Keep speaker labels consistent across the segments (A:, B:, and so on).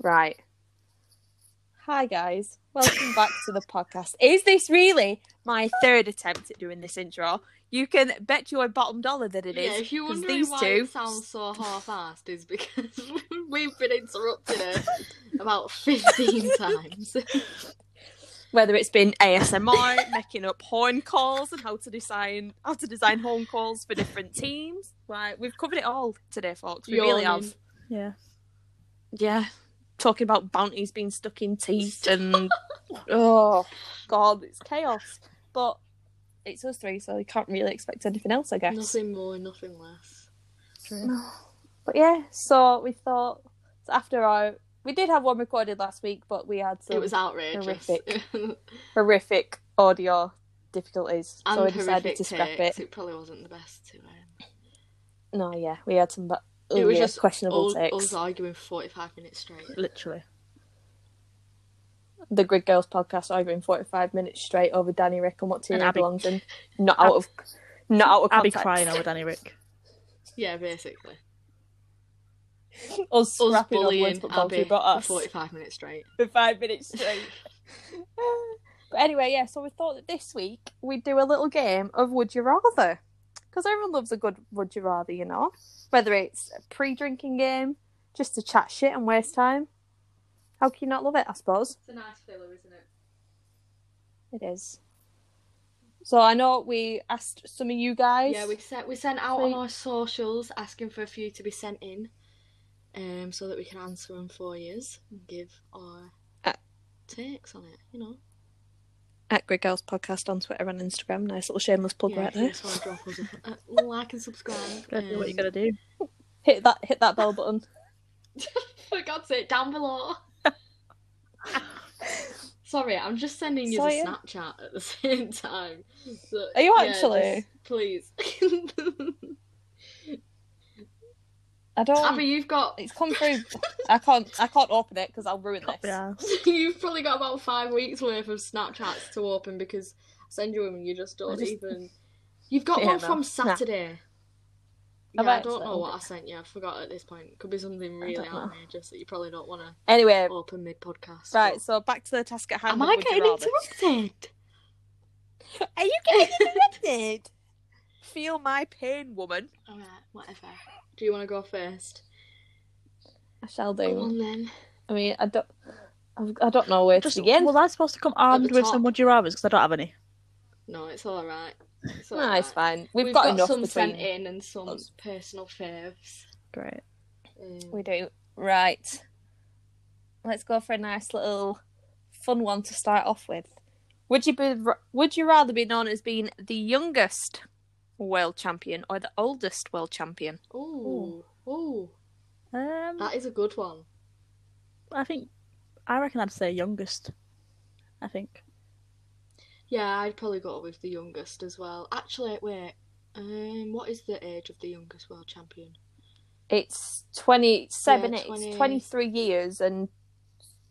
A: Right.
B: Hi guys, welcome back to the podcast. Is this really my third attempt at doing this intro? You can bet your bottom dollar that it is.
C: yeah, if you're
B: 'cause
C: wondering
B: these
C: why
B: two-
C: it sounds so half-assed, is because we've been interrupted her about 15 times.
B: Whether it's been ASMR, making up horn calls, and how to design how to design horn calls for different teams. Right, we've covered it all today, folks. We really
C: Yawning.
B: have.
A: Yeah.
B: Yeah, talking about bounties being stuck in teeth and oh god, it's chaos. But it's us three, so you can't really expect anything else, I guess.
C: Nothing more, nothing less.
B: But yeah, so we thought so after our we did have one recorded last week, but we had some
C: it was outrageous.
B: horrific. horrific audio difficulties,
C: and
B: so we decided
C: horrific
B: to scrap
C: takes.
B: it.
C: probably wasn't the best. To um,
B: No, yeah, we had some but
C: It was just
B: questionable
C: all,
B: takes.
C: us arguing for 45 minutes straight.
A: Literally.
B: The Grid Girls podcast arguing forty five minutes straight over Danny Rick and what team
A: And
B: he
A: Abby-
B: belongs in, not out of not out of
A: I'll be
B: context.
A: crying over Danny Rick.
C: Yeah, basically.
B: Us
C: Us
B: scrapping on words
C: bullying
B: football
C: Abby
B: who brought
C: for
B: us
C: 45 minutes straight.
B: for five minutes straight. but anyway, yeah, so we thought that this week we'd do a little game of Would You Rather. Because everyone loves a good Would You Rather, you know? Whether it's a pre drinking game, just to chat shit and waste time. How can you not love it, I suppose?
C: It's a nice filler, isn't it?
B: It is. So I know we asked some of you guys.
C: Yeah, we sent we sent out on
B: Sweet.
C: our socials asking for a few to be sent in, um, so that we can answer them for years and give our
B: Uh.
C: takes on it. You know,
B: At Grid Girls Podcast on Twitter and Instagram. Nice little shameless plug
C: yeah,
B: right
C: if you
B: there.
C: just want to drop us a, uh, like and subscribe.
A: Gotta do what you
C: um,
A: gotta do.
B: Hit that hit that bell button.
C: For God's sake, down below. Sorry, I'm just sending you
B: Sorry.
C: the Snapchat at the same time. So,
B: Are you
C: yeah,
B: actually?
C: just- please.
B: I don't
C: Abby, you've got
B: it's come through I can't I can't open it because I'll ruin
A: Up the
B: this.
A: arse.
C: You've probably got about five weeks worth of Snapchats to open because I send you them and you just don't
B: I just-
C: even. You've got
B: Yeah,
C: one
B: no.
C: from
B: Nah.
C: Saturday.
B: I
C: Yeah, I
B: bet
C: don't
B: so.
C: know what I sent you. I forgot at this point. Could be something really
B: don't know.
C: outrageous that you probably don't want to
B: Anyway,
C: open mid podcast.
B: right, so back to the task at hand.
C: Am
B: of
C: I
B: would you
C: getting
B: rather.
C: interrupted?
B: Are you getting interrupted? Feel my pain, woman.
C: Alright, whatever. Do you want to go first?
B: I shall
C: Go
B: do.
C: on then.
B: I mean, I don't. I've- I don't know where
A: Just,
B: to begin.
A: was I supposed to come armed
C: the
A: with
C: top.
A: some would you rather? Because I don't have any.
C: No, it's alright. It's
B: Nah,
C: alright.
B: it's fine. We've, got, enough
C: some
B: between.
C: sent in and some
B: us.
C: personal faves.
A: Great.
C: Um,
B: We do right. Let's go for a nice little fun one to start off with. Would you be? Would you rather be known as being the youngest world champion or the oldest world champion?
C: Ooh, ooh,
A: Um,
C: that is a good one.
A: I think I reckon I'd say youngest. I think
C: Yeah, I'd probably go with the youngest as well. Actually, wait. Um, what is the age of the youngest world champion?
B: It's twenty-seven.
C: Yeah,
B: It's
C: 20.
B: twenty-three years and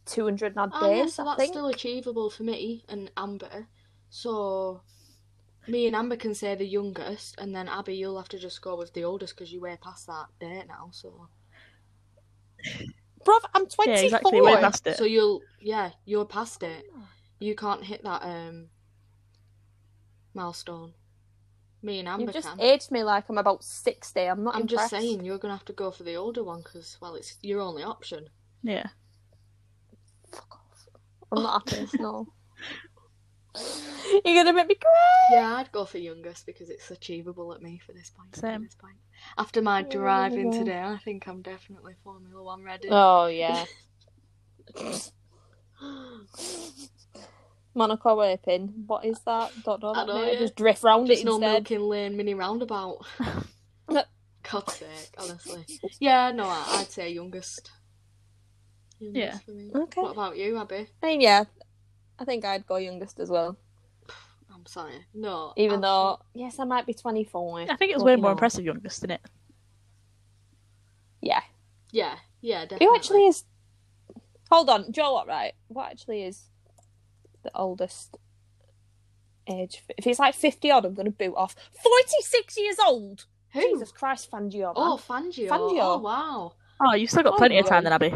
B: two hundred odd
C: Oh, yeah,
B: days.
C: so
B: I
C: that's
B: think.
C: still achievable for me and Amber. So, me and Amber can say the youngest, and then Abby, you'll have to just go with the oldest because you way past that date now. So,
B: Bruv, I'm
A: yeah,
B: twenty-four.
A: exactly. Way past it.
C: so you'll yeah, you're past it.
B: Ah.
C: You can't hit that um milestone. Me and
B: You've
C: Amber
B: just
C: can.
B: aged me like I'm about sixty. I'm not.
C: I'm just
B: impressed.
C: saying you're gonna have to go for the older one because well, it's your only option.
A: yeah.
B: Fuck off. I'm not happy. No. You're gonna make me cry.
C: Yeah, I'd go for youngest because it's achievable at me for this point. at
A: Same.
C: this point. After my
B: Yeah,
C: driving
B: yeah.
C: today, I think I'm definitely Formula One ready.
B: Oh yeah. Monaco whipping. What is that? Don't know.
C: I
B: That
C: know,
B: name.
C: yeah.
B: Just drift round
C: Just
B: it
C: no
B: instead.
C: Milking Lane mini roundabout. God's sake, honestly. Yeah, no, I- I'd say youngest. youngest
A: Yeah.
C: For me.
B: Okay.
C: What about you, Abby?
B: I mean, yeah. I think I'd go youngest as well.
C: I'm sorry. No.
B: Even
C: absolutely
B: though, yes, I might be 24.
A: I think it was
B: Fucking
A: way more
B: hell.
A: impressive youngest, didn't it?
B: Yeah.
C: Yeah, yeah, definitely.
B: Who actually is. Hold on, Joe, what, right? What actually is the oldest age? If it's like 50 odd, I'm going to boot off. 46 years old!
C: Who?
B: Jesus Christ, Fangio. Man.
C: Oh, Fangio.
B: Fangio.
C: Oh, wow.
A: Oh, you've still got
B: Oh,
A: plenty of
B: boy.
A: time then, Abby.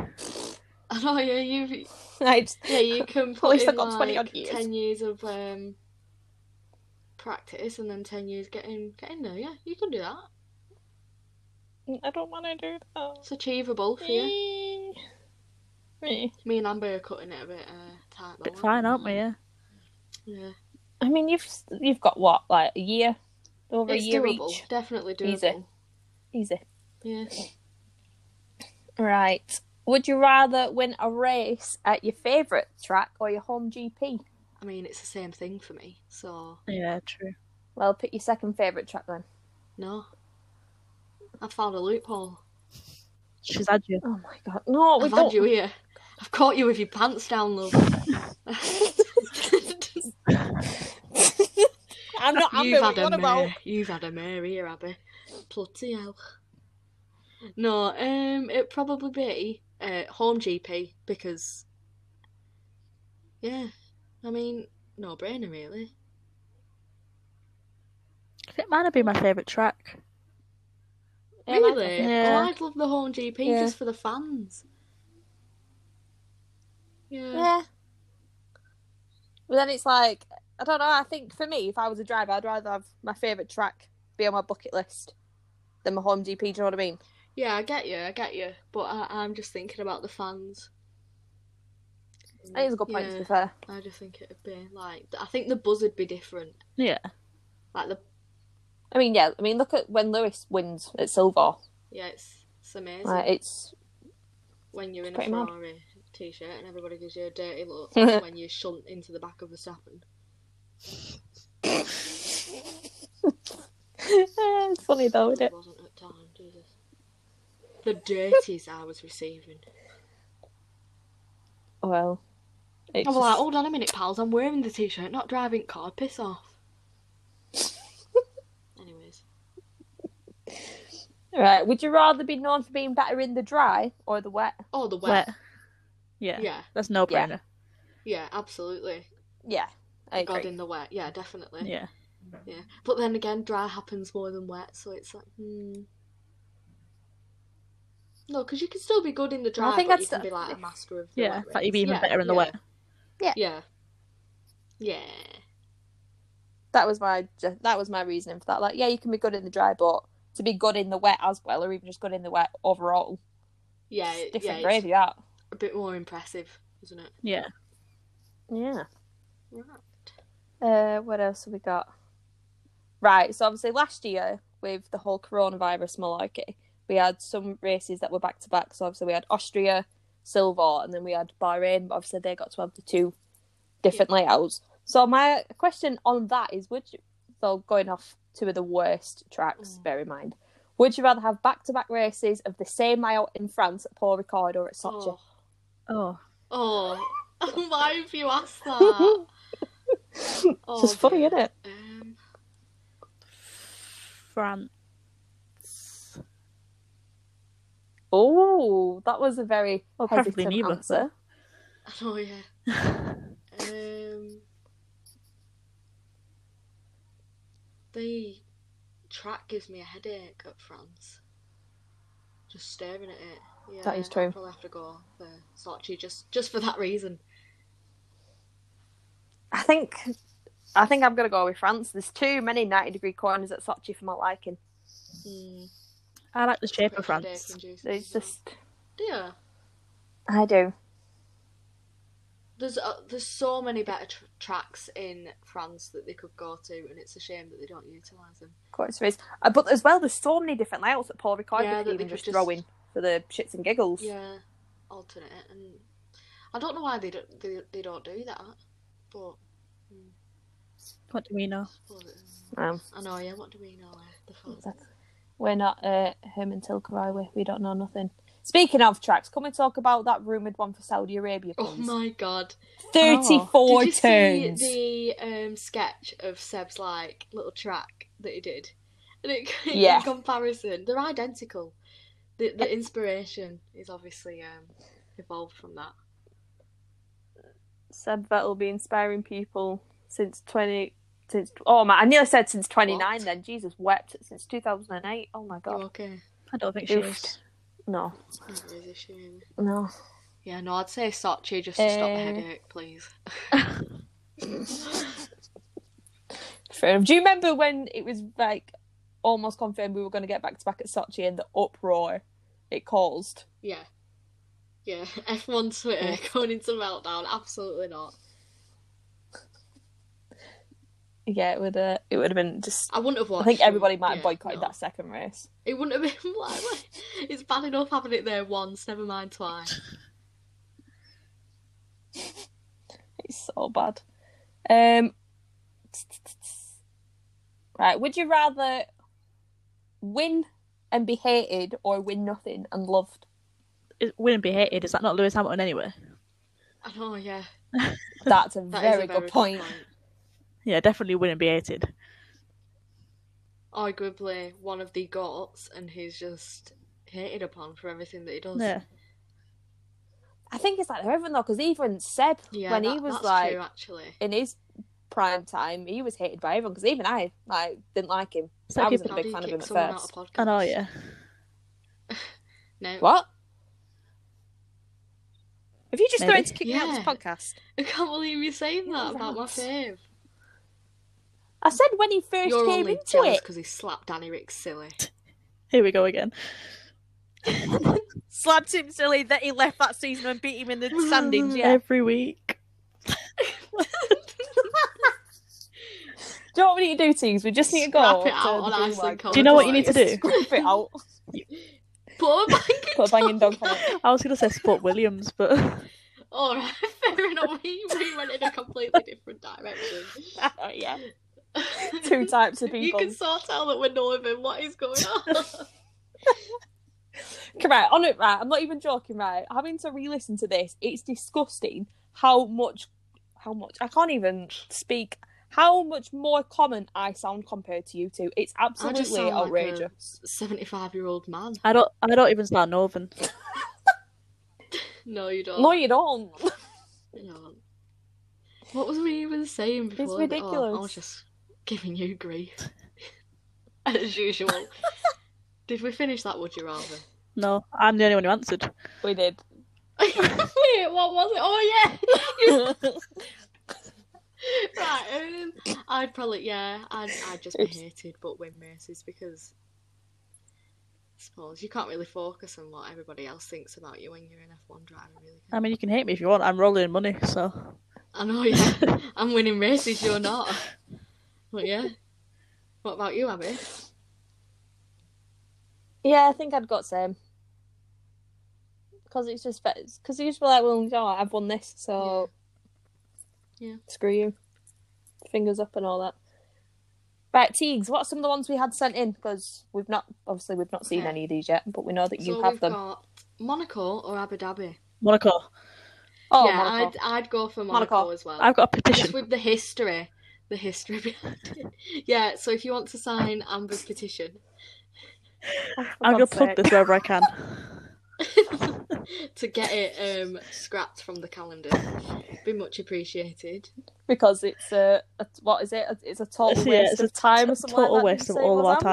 C: I know, yeah, you
B: I just,
C: yeah, you can
B: At
C: put
B: least
C: in
B: I've got 20
C: like,
B: odd years.
C: ten years of um, practice, and then ten years getting getting there. Yeah, you can do that.
B: I don't want to do that.
C: It's achievable for you.
B: Me.
C: Me and Amber are cutting it a bit uh, tight. though,
A: Bit fine, aren't we? Yeah.
C: Yeah,
B: I mean, you've you've got what like a year, over
C: it's
B: a year
C: doable.
B: each.
C: Definitely doable.
B: Easy. Easy.
C: Yeah.
B: Right. Would you rather win a race at your favourite track or your home GP?
C: I mean, it's the same thing for me. So
A: Yeah, true.
B: Well, pick your second favourite track then.
C: no, I found a loophole.
A: She's had you.
B: Oh my god! No, we
C: I've
B: don't.
C: had you here. I've caught you with your pants down, love.
B: I'm not happy
C: You've
B: with
C: had
B: what
C: a
B: about.
C: mare. You've had a mare here, Abby. Bloody hell. No, um, it'd probably be uh, home GP because, yeah, I mean, no brainer really.
A: I think mine would be my favourite track.
B: Yeah, mine-
C: really?
A: Yeah.
C: Oh, I'd love the home GP
B: Yeah.
C: just for the fans. Yeah.
B: Yeah. But then it's like I don't know. I think for me, if I was a driver, I'd rather have my favourite track be on my bucket list than my home GP. Do you know what I mean?
C: Yeah, I get you, I get you. But I, I'm just thinking about the fans.
B: I think it's a good point to
C: Yeah.
B: be fair.
C: I just think it'd be like I think the buzz would be different.
A: Yeah.
C: Like the
B: I mean, yeah. I mean, look at when Lewis wins at Silver.
C: yeah, it's it's amazing
B: Like, it's
C: when you're in a
B: pretty mad.
C: Ferrari t-shirt and everybody gives you a dirty look when you shunt into the back of the Verstappen.
B: it's funny though, isn't
C: It
B: it?
C: wasn't at the time, Jesus. The dirties I was receiving.
B: Well, it's
C: I was like,
B: just-
C: hold on a minute, pals. I'm wearing the t-shirt, not driving car. Piss off. Anyways,
B: right. Would you rather be known for being better in the dry or the wet?
C: oh the wet.
A: Wet. Yeah.
C: Yeah,
A: That's no brainer.
C: yeah, absolutely.
B: Yeah, I
C: God
B: agree.
C: in the wet. Yeah, definitely.
A: Yeah.
C: Yeah, but then again, dry happens more than wet, so it's like, hmm. No, because you can still be good in the dry,
B: think
C: but
B: that's
C: you can
B: the-
C: be like a master of the
A: Yeah.
C: wet
A: In fact, you'd be
C: race.
A: even
C: Yeah,
A: better in the
C: yeah,
A: wet.
C: Yeah. Yeah.
B: That was my ju- that was my reasoning for that. Like, yeah, you can be good in the dry, but to be good in the wet as well, or even just good in the wet overall,
C: Yeah,
B: it's
C: it-
B: different
C: yeah, it's
B: gravy. That.
C: a bit more impressive, isn't it?
A: Yeah.
B: Yeah.
C: Right.
B: Uh, what else have we got? Right, so obviously last year with the whole coronavirus malarkey, we had some races that were back to back. So obviously we had Austria, Silver, and then we had Bahrain. But obviously they got to have the two different layouts. So my question on that is: Would you, though going off two of the worst tracks,
C: Mm.
B: bear in mind, would you rather have back to back races of the same layout in France at Paul Ricard or at Sochi?
C: Oh,
A: Oh.
C: oh. why have you asked that? Oh.
B: it's just funny, isn't it?
C: Um,
A: France.
B: Oh, that was a very
A: Well, preferably
B: hesitant
A: neither.
B: answer.
C: oh yeah. Um, the track gives me a headache at France. Just staring at it. Yeah,
B: That is
C: I'll
B: true.
C: probably have to go for Sochi just just for that reason.
B: I think I think I'm gonna go with France. There's too many 90 degree corners at Sochi for my liking.
A: I like the shape
C: Pretty
A: of France.
C: headache-inducing
B: It's
C: as well.
B: just
C: yeah.
B: I do.
C: There's uh, there's so many better tr- tracks in France that they could go to, and it's a shame that they don't utilise them.
B: Of course there is. Uh, But as well, there's so many different layouts that Paul Ricard
C: Yeah,
B: could
C: that
B: even
C: they could
B: just
C: just-
B: throw in for the shits and giggles.
C: Yeah, alternate, and I don't know why they don't they, they don't do that, but
A: What do we know?
C: suppose it is.
B: Um,
C: I know, yeah, what do we know? eh? The fans.
B: that's- we're not uh, Herman Tilker, are we? We don't know nothing. Speaking of tracks, can we talk about that rumoured one for Saudi Arabia?
C: Oh
B: please?
C: my god.
B: 34
C: did you
B: turns.
C: see the um, sketch of Seb's like little track that he did? And it,
B: Yeah.
C: in comparison, they're identical. The the inspiration is obviously um, evolved from that.
B: Said that will be inspiring people since 20. Since, oh my, I nearly said since 29
C: What?
B: then. Jesus wept. Since 2008. Oh my god.
C: You okay?
A: I don't think she
B: Oofed.
A: is.
B: No,
C: Oh, there is a shame.
B: no.
C: Yeah, no, I'd say Sochi just to stop the
B: Uh,
C: headache, please.
B: Fair enough. Do you remember when it was like almost confirmed we were going to get back to back at Sochi and the uproar it caused?
C: Yeah. Yeah, F1 Twitter going into meltdown, absolutely not.
B: Yeah, it would. Uh, it would have been just.
C: I wouldn't have watched.
B: I think
C: them.
B: everybody might
C: Yeah,
B: have boycotted
C: no.
B: that second race.
C: It wouldn't have been like, like, it's bad enough having it there once, never mind twice.
B: It's so bad. Um, right. Would you rather win and be hated, or win nothing and loved?
A: It wouldn't be hated. Is that not Lewis Hamilton anyway?
C: I know, yeah.
B: That's a
C: that is
B: very
C: a
B: good point.
A: Yeah, definitely wouldn't be hated.
C: Arguably one of the goats, and he's just hated upon for everything that he does.
A: Yeah.
B: I think it's like everyone though, because even Seb,
C: Yeah,
B: when he
C: that-
B: was
C: that's
B: like
C: true, actually.
B: in his prime time, he was hated by everyone because even I like didn't like him.
A: So
B: I
A: people-
B: wasn't a
C: How
B: big
C: do you
B: fan of
C: kick
B: him at
C: someone out
B: first.
C: of podcasts?
A: I know, yeah.
C: No.
B: What? Have you just
A: Maybe.
B: threatened to kick me out
C: Yeah.
B: of this podcast?
C: I can't believe you're saying
B: You
C: that about my
B: rats.
C: fave.
B: I said when he 1st
C: You're
B: came
C: only
B: into
C: jealous
B: it.
C: because he slapped Danny Rick silly.
A: Here we go again.
B: Slapped him silly that he left that season and beat him in the standings. Yeah.
A: Every week.
B: Do you know what we need to do, Teams? We just need to go.
C: Scrap it
B: to
C: out on
B: the Greenwag
C: Iceland Coast
A: Do you know what you need to
B: Boys.
A: do?
B: Scrap it out.
C: Put a blanket
B: Put a banging dog on it.
A: I was going to say Sport Williams, but
C: Alright, fair enough. We, we went in a completely different direction.
B: Oh, yeah. Two types of
C: You
B: people.
C: can sort out that we're knowing what is going on.
B: Come right, on it, right. I'm not even joking, right. Having to re-listen to this, it's disgusting how much, how much. I can't even speak. How much more common I sound compared to you two. It's absolutely
C: sound like a-
B: outrageous.
C: 75 year old man.
A: I don't I don't even sound northern.
C: No, you don't.
B: No, you don't.
C: You don't. What was we even saying before? Oh, I was
B: ridiculous.
C: just giving you grief. As usual. Did we finish that, would you rather?
A: No, I'm the only one who answered.
B: we did.
C: Wait, what was it? Oh, yeah! right, um, I'd probably yeah, I'd I'd just be
B: Oops.
C: hated but win races because I suppose you can't really focus on what everybody else thinks about you when you're an F one driver, really.
A: I
C: Can.
A: mean, you can hate me if you want. I'm rolling in money, so
C: I know, yeah, I'm winning races, you're not. But yeah, what about you, Abby?
B: yeah, I think I'd got same. Because it's just because you just be like, well, you know what, I've won this, so
C: Yeah. Yeah.
B: screw you, fingers up and all that. Right, Teagues, what's some of the ones we had sent in? Because we've not obviously we've not seen
C: Okay.
B: any of these yet, but we know that you
C: so
B: have
C: we've
B: them.
C: got Monaco or Abu Dhabi.
A: Monaco.
B: Oh,
C: yeah,
B: Monaco.
C: I'd I'd go for Monaco,
B: Monaco.
C: as well.
A: I've got a
C: just
A: petition.
C: with the history, the history behind it. Yeah, so if you want to sign Amber's petition,
B: Oh, for
A: I'm gonna
B: God's
A: plug
B: sake.
A: this wherever I can.
C: to get it um, scrapped from the calendar. Be much appreciated.
B: because it's a, a what is it? It's a total
A: Yeah,
B: waste
A: it's
B: of time or
A: It's a
B: something.
A: total
B: like that,
A: waste
B: did
A: of
B: you say
A: all of
B: it
A: our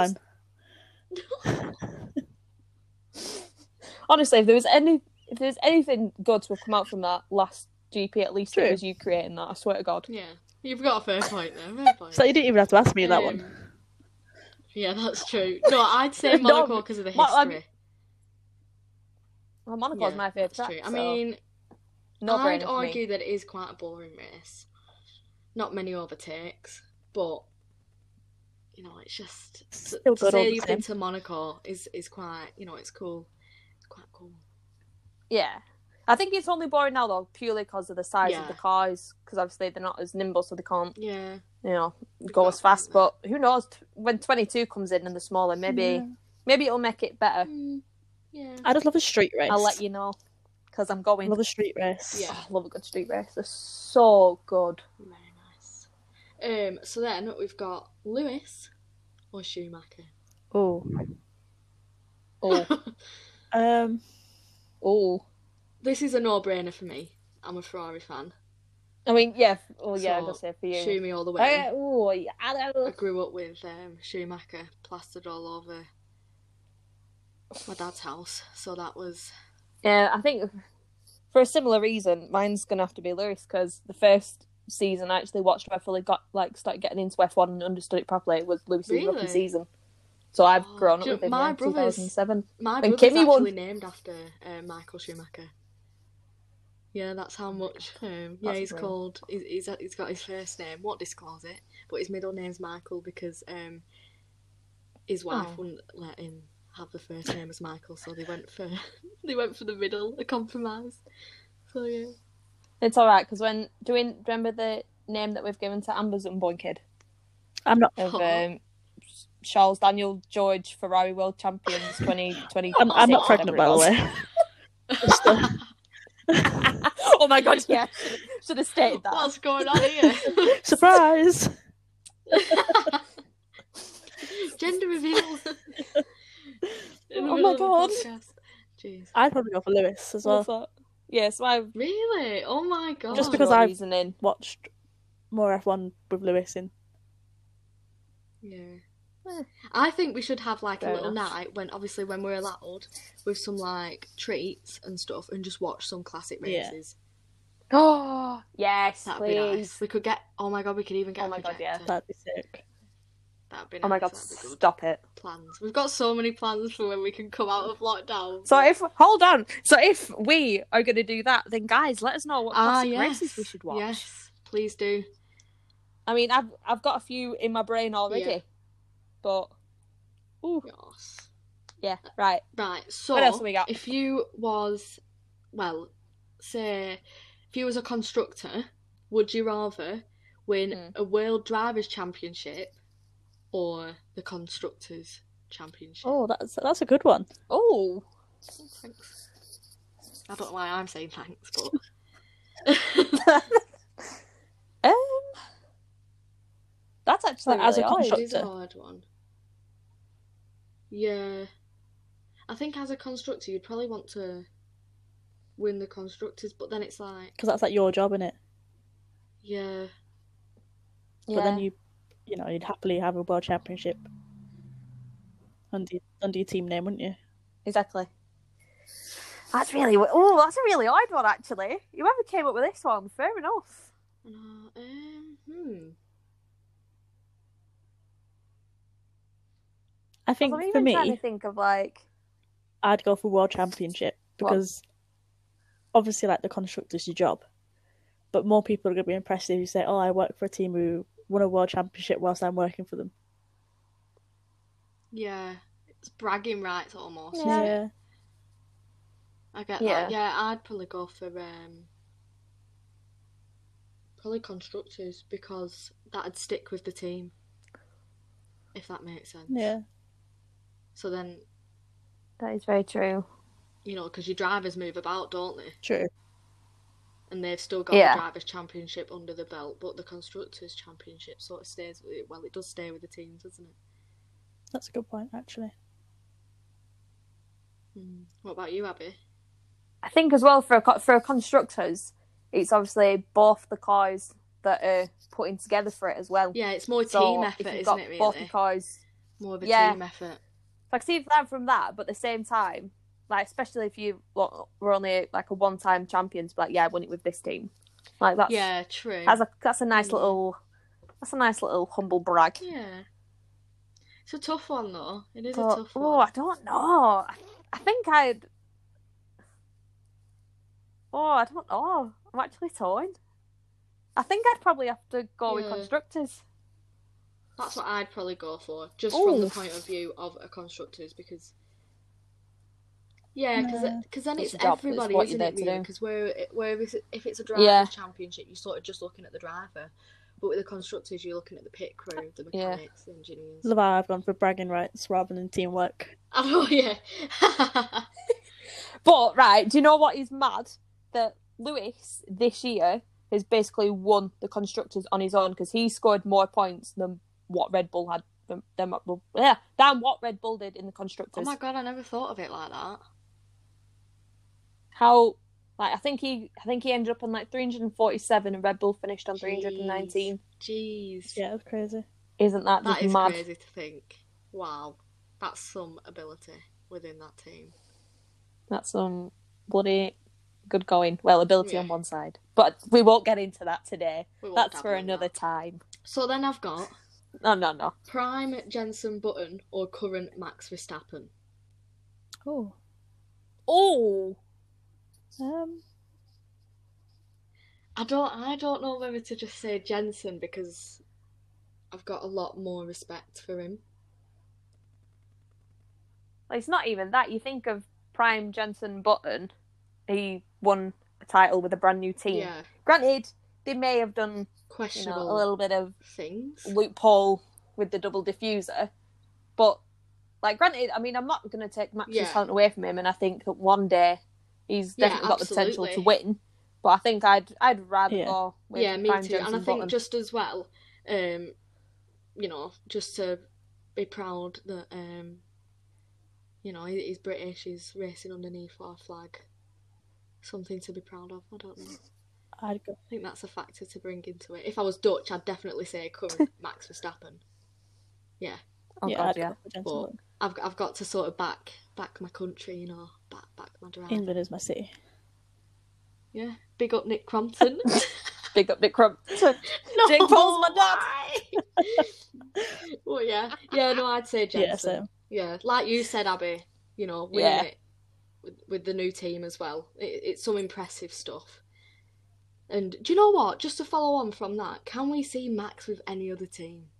B: was, Hans?
A: time.
B: Honestly, if there was any, if there's anything good to have come out from that last GP, at least
A: True.
B: it was you creating that. I swear to God.
C: Yeah, you've got a fair point there. Fair point.
A: So you didn't even have to ask me that
C: Um,
A: one.
C: Yeah, that's true. No, I'd say
B: No,
C: Monaco because of the
B: well, I
C: history.
B: Well, Monaco's
C: Yeah,
B: Oh, my favourite
C: that's
B: track.
C: true.
B: so
C: I mean,
B: no
C: I'd
B: brainer for me.
C: argue that it is quite a boring race. Not many overtakes, but you know, it's just to,
A: Still
C: to
A: good all
C: say
A: the
C: you've
A: same.
C: been to Monaco is is quite you know it's cool, it's quite cool.
B: Yeah. I think it's only boring now though, purely because of the size
C: Yeah.
B: of the cars. Because obviously they're not as nimble, so they can't,
C: Yeah.
B: you know, go
C: got
B: as fast.
C: that.
B: But who knows? t- When twenty two comes in and they're smaller, maybe maybe it'll make it better.
C: Mm, yeah.
A: I just love a street race.
B: I'll let you know because I'm
A: I
B: going.
A: love a street race.
C: Yeah.
B: Oh, I love a good street race. They're so good.
C: Very nice. Um, so then we've got Lewis or Schumacher.
A: Oh.
B: Oh,
A: Um.
B: oh.
C: This is a no-brainer for me. I'm a Ferrari fan.
B: I mean, yeah. f- Oh, yeah.
C: So,
B: I gotta say for you.
C: Shoe me all the way.
B: I, oh, yeah. I don't
C: I
B: know.
C: grew up with um, Schumacher plastered all over my dad's house, so that was
B: Yeah, I think for a similar reason, mine's gonna have to be Lewis because the first season I actually watched where I fully got like started getting into F one and understood it properly was Lewis's
C: Really?
B: rookie season. So I've
C: Oh,
B: grown up
C: do you-
B: with him.
C: my
B: in
C: brother's-
B: 2007.
C: My
B: And
C: brother's
B: Kimmy
C: actually
B: won-
C: named after uh, Michael Schumacher. Yeah, that's how much. Um, yeah,
A: That's
C: he's
A: brilliant.
C: called. He's, he's he's got his first name. Won't disclose it, but his middle name's Michael because um, his wife
B: Oh.
C: wouldn't let him have the first name as Michael, so they went for they went for the middle, a compromise. So yeah,
B: It's all right because when do we remember the name that we've given to Amber's unborn kid
A: I'm not.
B: of
C: Oh.
B: um, Charles Daniel George Ferrari World Champions 2020?
A: I'm, I'm not pregnant, by the way. Just, uh,
B: oh my god! Yeah, should have stated that.
C: what's going on here?
A: surprise!
C: Gender reveal. In the
B: Oh my
C: middle of a
B: God.
C: podcast. Jeez.
A: I'd probably go for Lewis as well.
B: Yes, my
C: Really? Oh my god.
A: Just because
B: I
A: I-
B: reasoning.
A: Watched more F1 with Lewis in.
C: Yeah.
B: Eh.
C: I think we should have like
B: Fair
C: a little
B: enough.
C: night when obviously when we're allowed with some like treats and stuff and just watch some classic
A: Yeah.
C: races.
B: Oh yes,
C: That'd
B: please.
C: be nice. We could get oh my god, we could even get
B: Oh
C: a
B: my God, yeah.
C: projector.
A: That'd be sick.
C: That'd be nice.
B: Oh my god,
C: that'd be good.
B: stop it.
C: Plans. We've got so many plans for when we can come out of lockdown.
B: So if hold on, so if we are going to do that, then guys, let us know what
C: ah,
B: classic
C: yes.
B: races we should watch.
C: Yes, please do.
B: I mean, I've I've got a few in my brain already,
C: Yeah.
B: but ooh,
C: Yes.
B: yeah, right.
C: Right, so
B: What else have we got?
C: if you was well, say if you was a constructor, would you rather win
B: Mm.
C: a World Drivers Championship or the Constructors Championship?
A: Oh, that's that's a good one.
B: Oh,
C: thanks. I don't know why I'm saying thanks, but
B: um, that's actually
A: Like, as
B: really
A: a
B: hard.
A: construct-
C: it is a
A: Constructor.
C: hard one. Yeah. I think as a constructor you'd probably want to win the constructors, but then it's like
A: because that's like your job, is it?
C: yeah.
A: But then
B: Yeah.
A: you, you know, you'd happily have a world championship under your- under your team name, wouldn't you?
B: Exactly. That's really oh, that's a really odd one actually. Whoever came up with this one, fair enough.
C: No, um, hmm.
A: I
B: 'Cause
A: think
B: I'm
A: for
B: even
A: me,
B: trying to think of like
A: I'd go for world championship
B: What?
A: because obviously, like the constructor's your job, but more people are going to be impressed if you say, "Oh, I work for a team who won a world championship whilst I'm working for them."
C: Yeah, it's bragging rights almost. isn't
B: Yeah.
C: it? I get
B: Yeah.
C: that. Yeah, I'd probably go for um, probably constructors because that'd stick with the team, if that makes sense.
A: yeah.
C: So then
B: that is very true.
C: you know, because your drivers move about, don't they?
A: True.
C: And they've still got
B: Yeah.
C: the drivers' championship under the belt, but the constructors' championship sort of stays. with Well, it does stay with the teams, doesn't it?
A: That's a good point, actually.
C: Mm. What about you, Abby?
B: I think as well for a, co- for a constructors, it's obviously both the cars that are putting together for it as well.
C: Yeah, it's more
B: So
C: team
B: if
C: effort,
B: you've
C: isn't
B: got
C: it?
B: Both the
C: Really,
B: cars.
C: more of a
B: Yeah.
C: team effort.
B: So I can see that from that, but at the same time, like especially if you lo- were only like a one time champion, to be like yeah, I won it with this team. Like that's
C: Yeah, Mm. true.
B: that's a that's a nice
C: Yeah.
B: little that's a nice little humble brag.
C: Yeah. It's a tough one though. It is
B: But-
C: a tough
B: oh,
C: one.
B: I don't know. I, I think I'd. Oh, I don't know. I'm actually torn. I think I'd probably have to go with
C: Yeah.
B: constructors.
C: That's what I'd probably go for, just from the
B: Oof.
C: point of view of a constructors, because yeah, because
A: Yeah.
C: then
B: It's your
C: it's,
B: job, it's
C: everybody,
B: what
C: isn't
B: you're
C: it?
B: there to
C: Really?
B: do.
C: Because where where if, if it's a drivers'
B: Yeah.
C: championship, you're sort of just looking at the driver, but with the constructors, you're looking at the pit crew, the
B: Yeah.
C: mechanics, the engineers.
A: Love how I've gone for bragging rights rather than teamwork.
C: Oh yeah.
B: But right, do you know what is mad? That Lewis this year has basically won the constructors on his own because he scored more points than what Red Bull had than, than, what Bull- yeah, than what Red Bull did in the
C: oh
B: constructors.
C: my god, I never thought of it like that.
B: How like I think he I think he ended up on like 347 and Red Bull finished on
C: Jeez.
B: 319.
C: Jeez.
A: Yeah, it's crazy.
B: Isn't that just
C: That is
B: mad?
C: crazy to think. Wow, that's some ability within that team.
B: That's some bloody good going. Well, ability
C: Yeah.
B: on one side, but we won't get into that today.
C: We won't
B: That's
C: dabble
B: for
C: in that.
B: another time.
C: So then I've got
B: No, no, no.
C: prime Jensen Button or current Max Verstappen.
A: Oh.
B: Oh,
A: Um,
C: I don't I don't know whether to just say Jensen because I've got a lot more respect for him.
B: Well, it's not even that. You think of Prime Jensen Button. He won a title with a brand new team.
C: Yeah,
B: Granted, they may have done you know,
C: questionable
B: a little bit of
C: things.
B: loophole with the double diffuser, but like, granted, I mean, I'm not going to take Max's
C: Yeah.
B: talent away from him, and I think that one day he's
C: Yeah,
B: definitely got the potential to
C: absolutely.
B: win. But I think I'd I'd rather
A: Yeah.
B: go with
C: yeah, me
B: Prime
C: too.
B: Jensen
C: and I think
B: Button.
C: just as well, um, you know, just to be proud that um, you know, he- he's British. He's racing underneath our flag. Something to be proud of. I don't know. I
A: I'd go.
C: think that's a factor to bring into it. If I was Dutch, I'd definitely say current Max Verstappen.
B: oh
A: yeah,
B: god,
A: I'd
B: yeah.
A: go for Jensen
C: Well,
A: Button.
C: I've I've got to sort of back back my country, you know, back back my drive.
A: England is my city.
C: Yeah, big up Nick Crompton.
B: Big up Nick Crump.
C: no,
B: Jake Paul's my dad.
C: why? well, yeah, yeah. No, I'd say Jensen.
A: Yeah,
C: Yeah,
A: so
C: like you said, Abby, you know, winning
B: Yeah.
C: it with, with the new team as well. It, it's some impressive stuff. And do you know what? Just to follow on from that, can we see Max with any other team?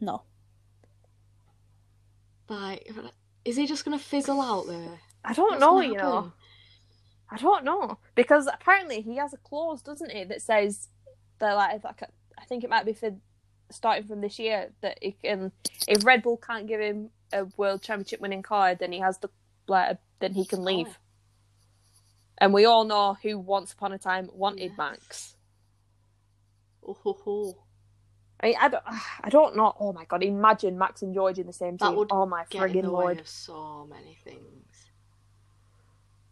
A: no.
C: Like, is he just going to fizzle out there?
B: I don't
C: What's
B: know,
C: gonna
B: you
C: happen?
B: know. I don't know because apparently he has a clause, doesn't he, that says that like, if I, ca- I think it might be for starting from this year that he can if Red Bull can't give him a World Championship winning car, then he has the like then he can leave.
C: Oh.
B: And we all know who once upon a time wanted
C: Yes.
B: Max.
C: Oh, ho, ho.
B: I mean, I don't, I don't know. Oh my god! Imagine Max and George in the same
C: That
B: team.
C: would
B: Oh my
C: Get in
B: friggin'
C: the way
B: lord!
C: of so many things.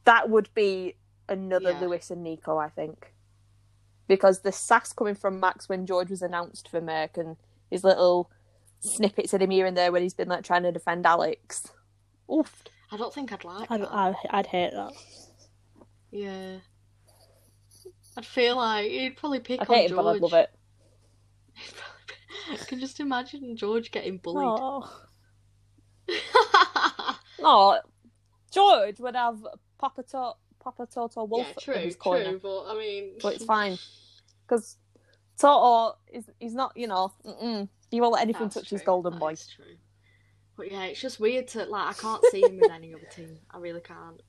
B: that would be another
C: Yeah.
B: Lewis and Nico, I think. Because the sass coming from Max when George was announced for Merck and his little snippets at him here and there when he's been like trying to defend Alex. Oof.
C: I don't think I'd like
A: I'd,
B: Oh.
C: that.
A: I'd, I'd hate that.
C: Yeah. I'd feel like he'd probably pick
B: I
C: on
B: hate it,
C: George.
B: but I love it.
C: I can just imagine George getting bullied.
A: Oh,
B: No, George would have Papa, to- Papa Toto Wolf
C: yeah, true,
B: in his corner.
C: true, but I mean,
B: But it's fine. Because Toto is he's not, you know, mm-mm. he won't let anything
C: That's
B: touch his
C: true,
B: golden
C: that
B: boy.
C: is true. But yeah, it's just weird to like. I can't see him with any other team. I really can't.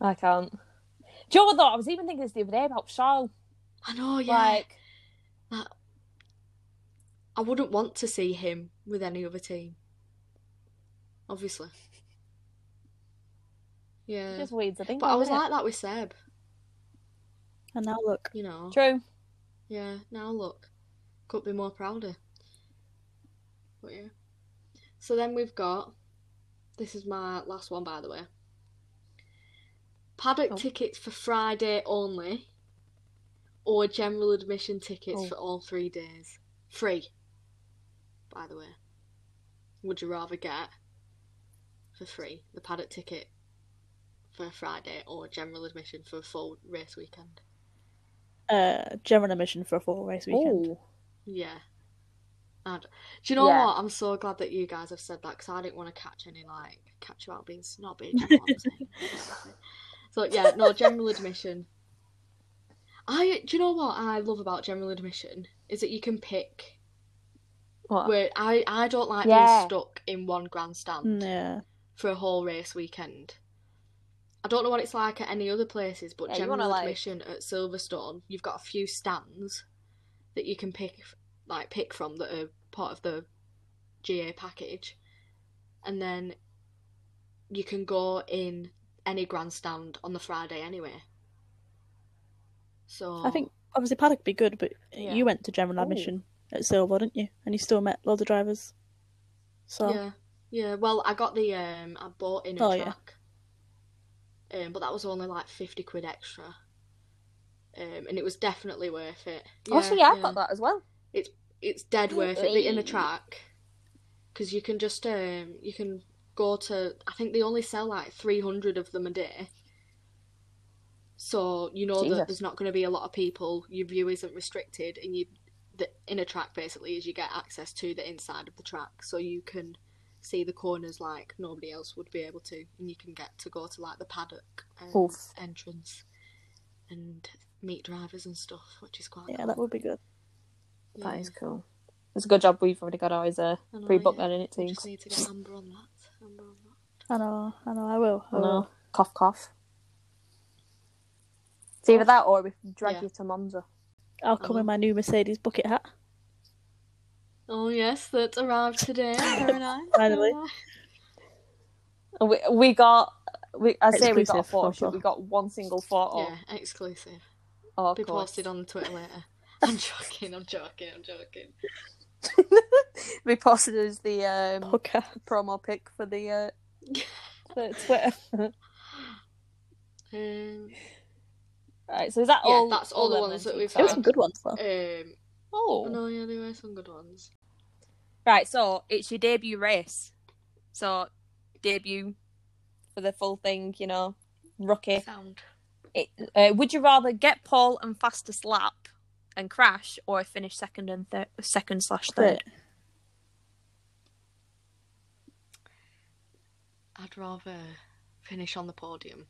B: I can't. Do you know what though? I was even thinking this the other day about Charles.
C: I know. Yeah,
B: Like,
C: I wouldn't want to see him with any other team. Obviously. Yeah.
B: just weirds. Mm. I think.
C: But I was like that with Seb.
A: and now look.
C: You know.
B: true.
C: Yeah, now look. Could be more prouder. But yeah. So then we've got this is my last one by the way. Paddock
B: Oh.
C: tickets for Friday only or general admission tickets
B: Oh.
C: for all three days. Free. By the way. Would you rather get for free the paddock ticket for Friday or general admission for a full race weekend?
A: Uh, general admission for a full race weekend.
B: Oh,
C: Yeah. And do you know
B: Yeah.
C: what? I'm so glad that you guys have said that because I didn't want to catch any like catch you out being snobby. do you know what I'm saying? so yeah, no general admission. I do you know what I love about general admission is that you can pick.
B: What?
C: Where I I don't like
B: Yeah.
C: being stuck in one grandstand
A: Yeah.
C: for a whole race weekend. I don't know what it's like at any other places, but
B: Yeah, you
C: general
B: wanna, like-
C: admission at Silverstone, you've got a few stands that you can pick like pick from that are part of the GA package, and then you can go in any grandstand on the Friday anyway. So
A: I think obviously Paddock would be good, but
B: Yeah.
A: you went to general
B: Ooh.
A: admission at Silver, didn't you? And you still met loads of drivers. So
C: Yeah, yeah. Well, I got the um, I bought in a
A: Oh, yeah.
C: track, um, but that was only like fifty quid extra, um, and it was definitely worth it.
B: oh, so yeah, I've got that as well.
C: It's dead worth it. The inner
B: Really?
C: track, because you can just um, you can go to. I think they only sell like three hundred of them a day, So you know that
B: Jesus.
C: there's not going to be a lot of people. Your view isn't restricted, and you the inner track basically is you get access to the inside of the track, so you can see the corners like nobody else would be able to, and you can get to go to like the paddock um,
B: Oof.
C: entrance and meet drivers and stuff, which is quite
A: Yeah,
C: cool.
A: that would be good.
B: That
C: Yeah.
A: Mm.
B: is cool. It's a good job we've already got ours uh,
C: I know,
B: pre booked
C: yeah.
B: then, innit,
C: We
B: teams?
C: just need to get Amber on that. Amber on that.
A: I know, I know, I will. I
B: I know. Oh,
A: will.
B: Cough, cough. It's either that or we drag
C: Yeah.
B: you to Monza.
A: I'll come
C: will.
A: in my new Mercedes bucket hat.
C: Oh yes, that arrived today. Very nice.
A: Finally.
C: very nice.
B: And we, we got, we, I say we got a
A: Exclusive
B: photo shoot,
A: photo.
B: we got one single photo.
C: Yeah, exclusive.
B: Oh, of
C: Be
B: course.
C: posted on the Twitter later. I'm joking. I'm joking. I'm joking.
B: we posted as the um,
A: Hooker.
B: promo pic for the, uh, the Twitter.
C: Um,
B: right, so is that
C: Yeah,
B: all?
C: that's all the
B: them
C: ones
B: then,
C: that we've
A: There
B: Teams?
C: got.
A: were some good ones though.
C: um,
B: Oh.
C: no, yeah, there were some good ones.
B: Right, so it's your debut race. So debut for the full thing, you know, rookie.
C: Sound.
B: It, uh, would you rather get pole and fastest lap and crash, or finish second and third, second slash third?
A: But
C: I'd rather finish on the podium.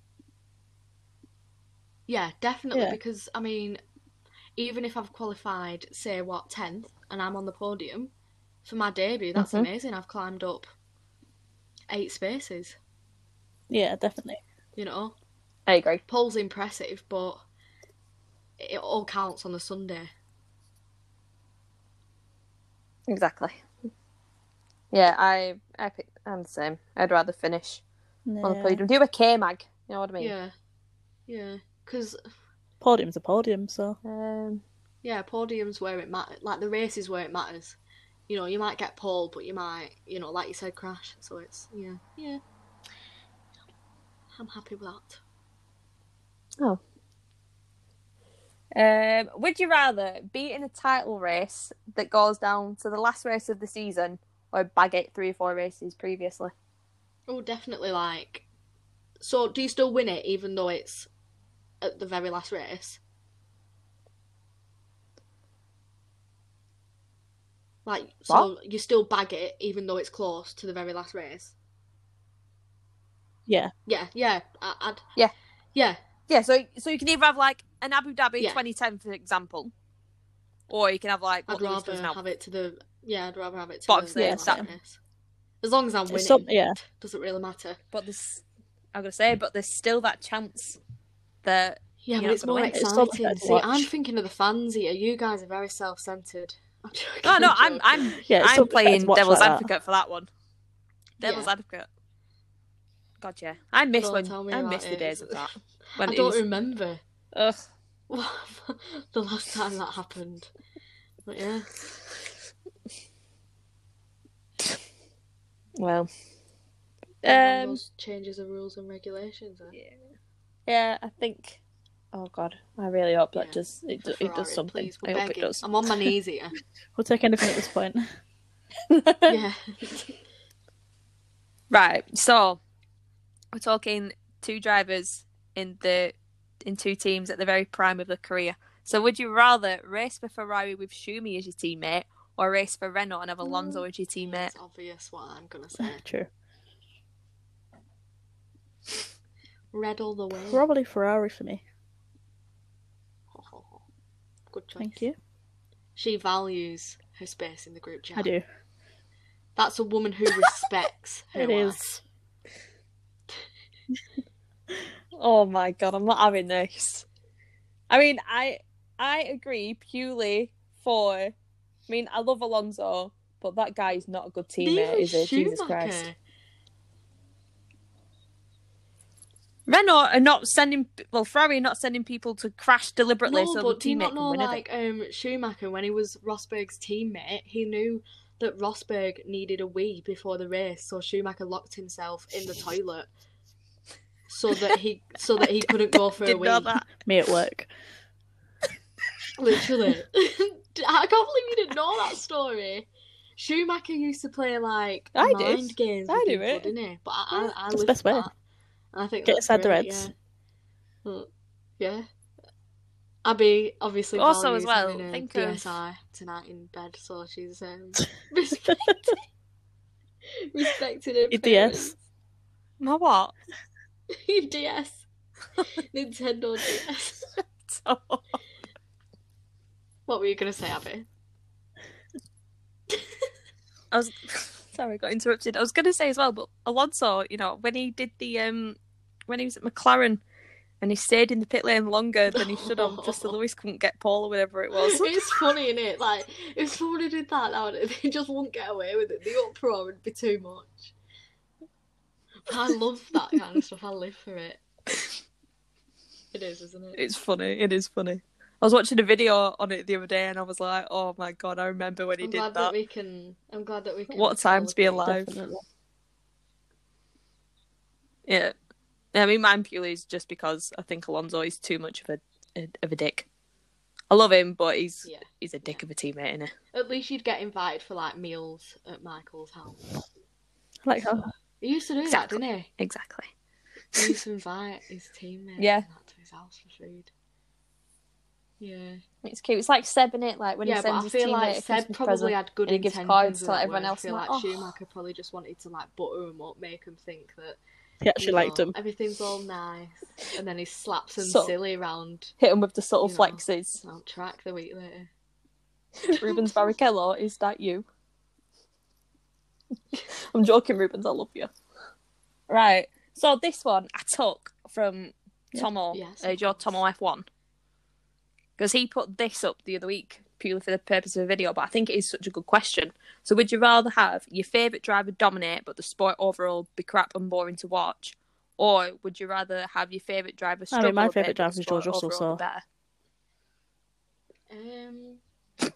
C: Yeah, definitely.
A: Yeah.
C: Because I mean, even if I've qualified, say what tenth, and I'm on the podium for my debut, that's
B: Mhm.
C: amazing. I've climbed up eight spaces.
A: yeah, definitely.
C: You know,
B: I agree.
C: pole's impressive, but it all counts on the Sunday.
B: Exactly. Yeah, I, I pick, I'm the same. I'd rather finish on the
A: Yeah.
B: podium. Do a K mag. You know what I mean?
C: Yeah, yeah. Because
A: Podium's a podium, so
B: Um,
C: yeah, podiums where it matters. Like the races where it matters. You know, you might get pole, but you might, you know, like you said, crash. So it's yeah, yeah. I'm happy with that.
B: um, would you rather be in a title race that goes down to the last race of the season, or bag it three or four races previously?
C: Oh, definitely. Like, so do you still win it even though it's at the very last race? Like, so you still bag it even though it's close to the very last race?
A: yeah.
C: Yeah, yeah. I, I'd
B: Yeah.
C: yeah.
B: Yeah, so so you can either have like an Abu Dhabi
C: Yeah.
B: 2010, for example, or you can have like what
C: I'd
B: Lewis
C: rather
B: does now.
C: have it to the yeah. I'd rather have it to
B: Box
C: the
A: there,
C: last
A: same.
C: race. As long as I'm winning,
A: It's some, yeah.
C: doesn't really matter.
B: But there's, I'm gonna say, but there's still that chance that
C: Yeah,
B: You're
C: but
B: not
C: it's
B: gonna
C: more
B: win.
A: It's so much
C: exciting.
A: better to
C: See, I'm
A: watch.
C: thinking of the fans here. You guys are very self-centered. I'm joking.
B: no, no, I'm
C: joking.
B: I'm
A: Yeah, it's so
B: I'm
A: much better to
B: playing
A: watch
B: devil's
A: like that.
B: advocate for that one. Devil's
C: Yeah.
B: advocate. God, yeah, I miss
C: Don't
B: when
C: tell me
B: I
C: about
B: miss the
C: it.
B: days of that. When
C: I
B: it
C: don't
B: was-
C: remember
B: Ugh.
C: the last time that happened. But yeah,
B: Well,
C: um,
B: um,
C: those changes of rules and regulations. eh?
B: yeah, I think. Oh God, I really hope that
C: Yeah.
B: just it,
C: For
B: do- it does
C: Ferrari,
B: something.
C: please,
B: I
C: we're
B: hope it
C: begging.
B: does.
C: I'm on my knees here.
A: We'll take anything at this point.
C: yeah.
B: Right. So we're talking two drivers in the in two teams at the very prime of their career. So would you rather race for Ferrari with Schumi as your teammate or race for Renault and have Alonso as your teammate?
C: It's obvious what I'm gonna say.
A: True.
C: Red all the way.
A: Probably Ferrari for me.
C: Good choice.
A: Thank you.
C: She values her space in the group chat.
A: I do.
C: That's a woman who respects her
A: It
C: wife.
A: is.
B: Oh my god, I'm not having this. I mean, I I agree purely for I mean, I love Alonso, but that guy is not a good teammate,
C: Neither
B: is he? Jesus
C: Schumacher.
B: Christ. Renault are not sending well, Ferrari are not sending people to crash deliberately
C: No,
B: so
C: but do
B: the
C: you
B: teammate
C: not
B: can
C: know,
B: win are they?
C: like, um, Schumacher, when he was Rosberg's teammate, he knew that Rosberg needed a wee before the race, so Schumacher locked himself in the toilet so that he so that he couldn't go for a
B: Did
C: wee.
B: know that.
A: Me at work.
C: Literally. I can't believe you didn't know that story. Schumacher used to play like
B: I did.
C: mind games.
B: I
C: with
B: do
C: people,
B: it.
C: Didn't he? But I, I, I
A: That's the
C: lived
A: best way.
C: that. I think
A: Get
C: that's
A: inside the
C: great,
A: Reds.
C: yeah. Yeah. Abby obviously
B: Also
C: Valerie
B: as
C: is
B: well,
C: having a
B: think of-
C: DSI tonight in bed, so she's um, respecting respecting her
A: Your DS.
B: My what?
C: parents. DS Nintendo DS. What were you gonna say, Abby?
B: I was sorry, I got interrupted. I was going to say as well, but Alonso, you know, when he did the um, when he was at McLaren, and he stayed in the pit lane longer than he should have, just so Lewis couldn't get Paul or whatever it was.
C: It's funny, is it? Like if somebody did that now, they just wouldn't get away with it. The uproar would be too much. I love that kind of stuff. I live for it. It is, isn't it?
B: It's funny. It is funny. I was watching a video on it the other day, and I was like, "Oh my god, I remember when he
C: I'm
B: did
C: glad
B: that."
C: that. we can. I'm glad that we can.
B: What a time to be
C: celebrate.
B: alive.
A: Definitely.
B: Yeah, I mean, mine purely is just because I think Alonso is too much of a, a of a dick. I love him, but he's
C: Yeah.
B: he's a dick of a teammate, innit?
C: At least you'd get invited for like meals at Michael's house.
A: I like oh, how
C: He used to do
B: Exactly.
C: that, didn't he?
B: Exactly.
C: He used to invite his teammates
B: Yeah.
C: and that to his house for food. Yeah.
B: It's cute. It's like Seb in it, like when
C: yeah,
B: he
C: but
B: sends
C: I
B: his
C: feel
B: teammate
C: like
B: a
C: Seb
B: Christmas
C: probably
B: present.
C: had good
B: and he gives
C: intentions.
B: cards to,
C: at
B: like,
C: work.
B: everyone else,
C: I feel
B: and
C: like
B: like, "Oh."
C: Schumacher probably just wanted to like butter him up, make him think that
A: he actually
C: you
A: liked
C: know,
A: him.
C: Everything's all nice, and then he slaps him
B: So-
C: silly round
B: Hit him with the subtle
C: You know.
B: flexes.
C: on track the week later.
B: Rubens Barrichello, is that you? I'm joking, Rubens. I love you. Right. So this one I took from
A: Yeah.
B: Tomo,
C: Yes,
B: uh,
C: of
B: your
C: course.
B: Tomo F1, because he put this up the other week purely for the purpose of a video. But I think it is such a good question. So would you rather have your favourite driver dominate, but the sport overall be crap and boring to watch, or would you rather have your favourite driver
A: I
B: struggle?
A: mean, my
B: a bit, but
A: favourite
B: the
A: driver is George
B: sport
A: Russell,
B: overall be
A: so-
B: better?
C: Um,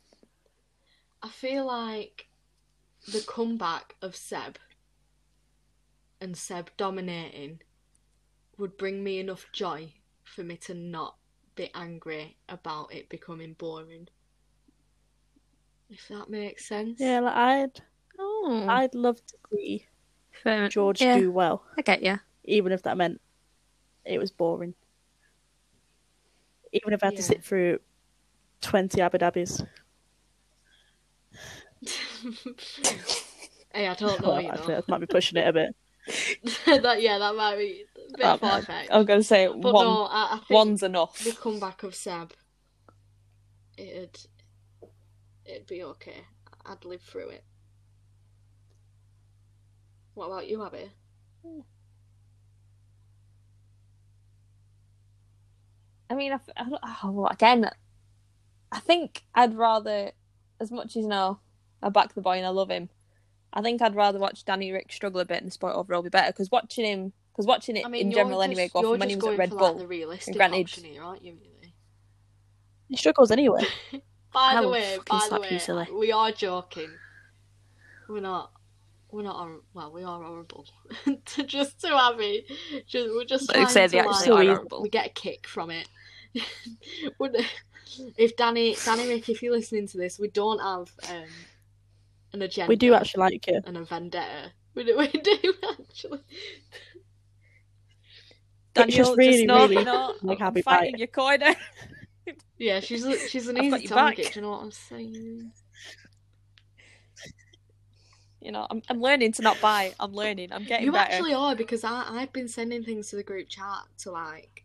C: I feel like the comeback of Seb and Seb dominating would bring me enough joy for me to not be angry about it becoming boring. If that makes sense.
A: Yeah, like I'd
B: Oh,
C: Mm.
A: I'd love to see
B: fair-
A: George
B: yeah,
A: do well,
B: I get you.
A: even if that meant it was boring. Even if I had to
C: Yeah.
A: sit through twenty Abu Dhabis.
C: hey, I don't know,
A: Well,
C: Oh, you
A: actually,
C: know.
A: that might be pushing it a bit.
C: that, yeah, that might be a bit
B: Um,
C: far fetched.
A: uh,
B: I'm gonna say
C: But
B: one.
C: no, I, I think
B: One's enough.
C: the comeback of Seb, it'd it'd be okay. I'd live through it. What about you, Abby?
B: I mean, I, f- I don't, oh, well, again, I think I'd rather, as much as you know, I back the boy and I love him. I think I'd rather watch Danny Rick struggle a bit and the sport overall be better because watching him, because watching it
C: I mean,
B: in
C: you're
B: general
C: just,
B: anyway, go
C: you're
B: from when he
C: just
B: was at
C: going
B: Red
C: for
B: Bull.
C: like the realistic
B: granted-
C: option here, aren't you? Really?
A: He struggles anyway.
C: By
B: I
C: the
B: will
C: way,
B: fucking
C: by the
B: slap you,
C: way,
B: silly.
C: we are joking. We're not. We're not. hor- Well, we are horrible. To- just to Abby, just we're just
B: Like,
C: trying
B: say
C: to
B: they actually
C: like,
A: are
C: we-
B: horrible.
C: We get a kick from it. Wouldn't- if Danny, Danny, Rick, if you're listening to this, we don't have um, an agenda.
A: We do actually like you.
C: and a vendetta. We do, we do actually.
B: Daniel,
A: just really,
B: no,
A: really
B: no,
A: like
B: I'm
A: happy
B: fighting your corner.
C: Yeah, she's a, she's an
B: I've got
C: easy
B: your
C: target.
B: back.
C: Do you know what I'm saying?
B: You know, I'm, I'm learning to not buy. I'm learning. I'm getting
C: You
B: better.
C: actually are because I I've been sending things to the group chat to like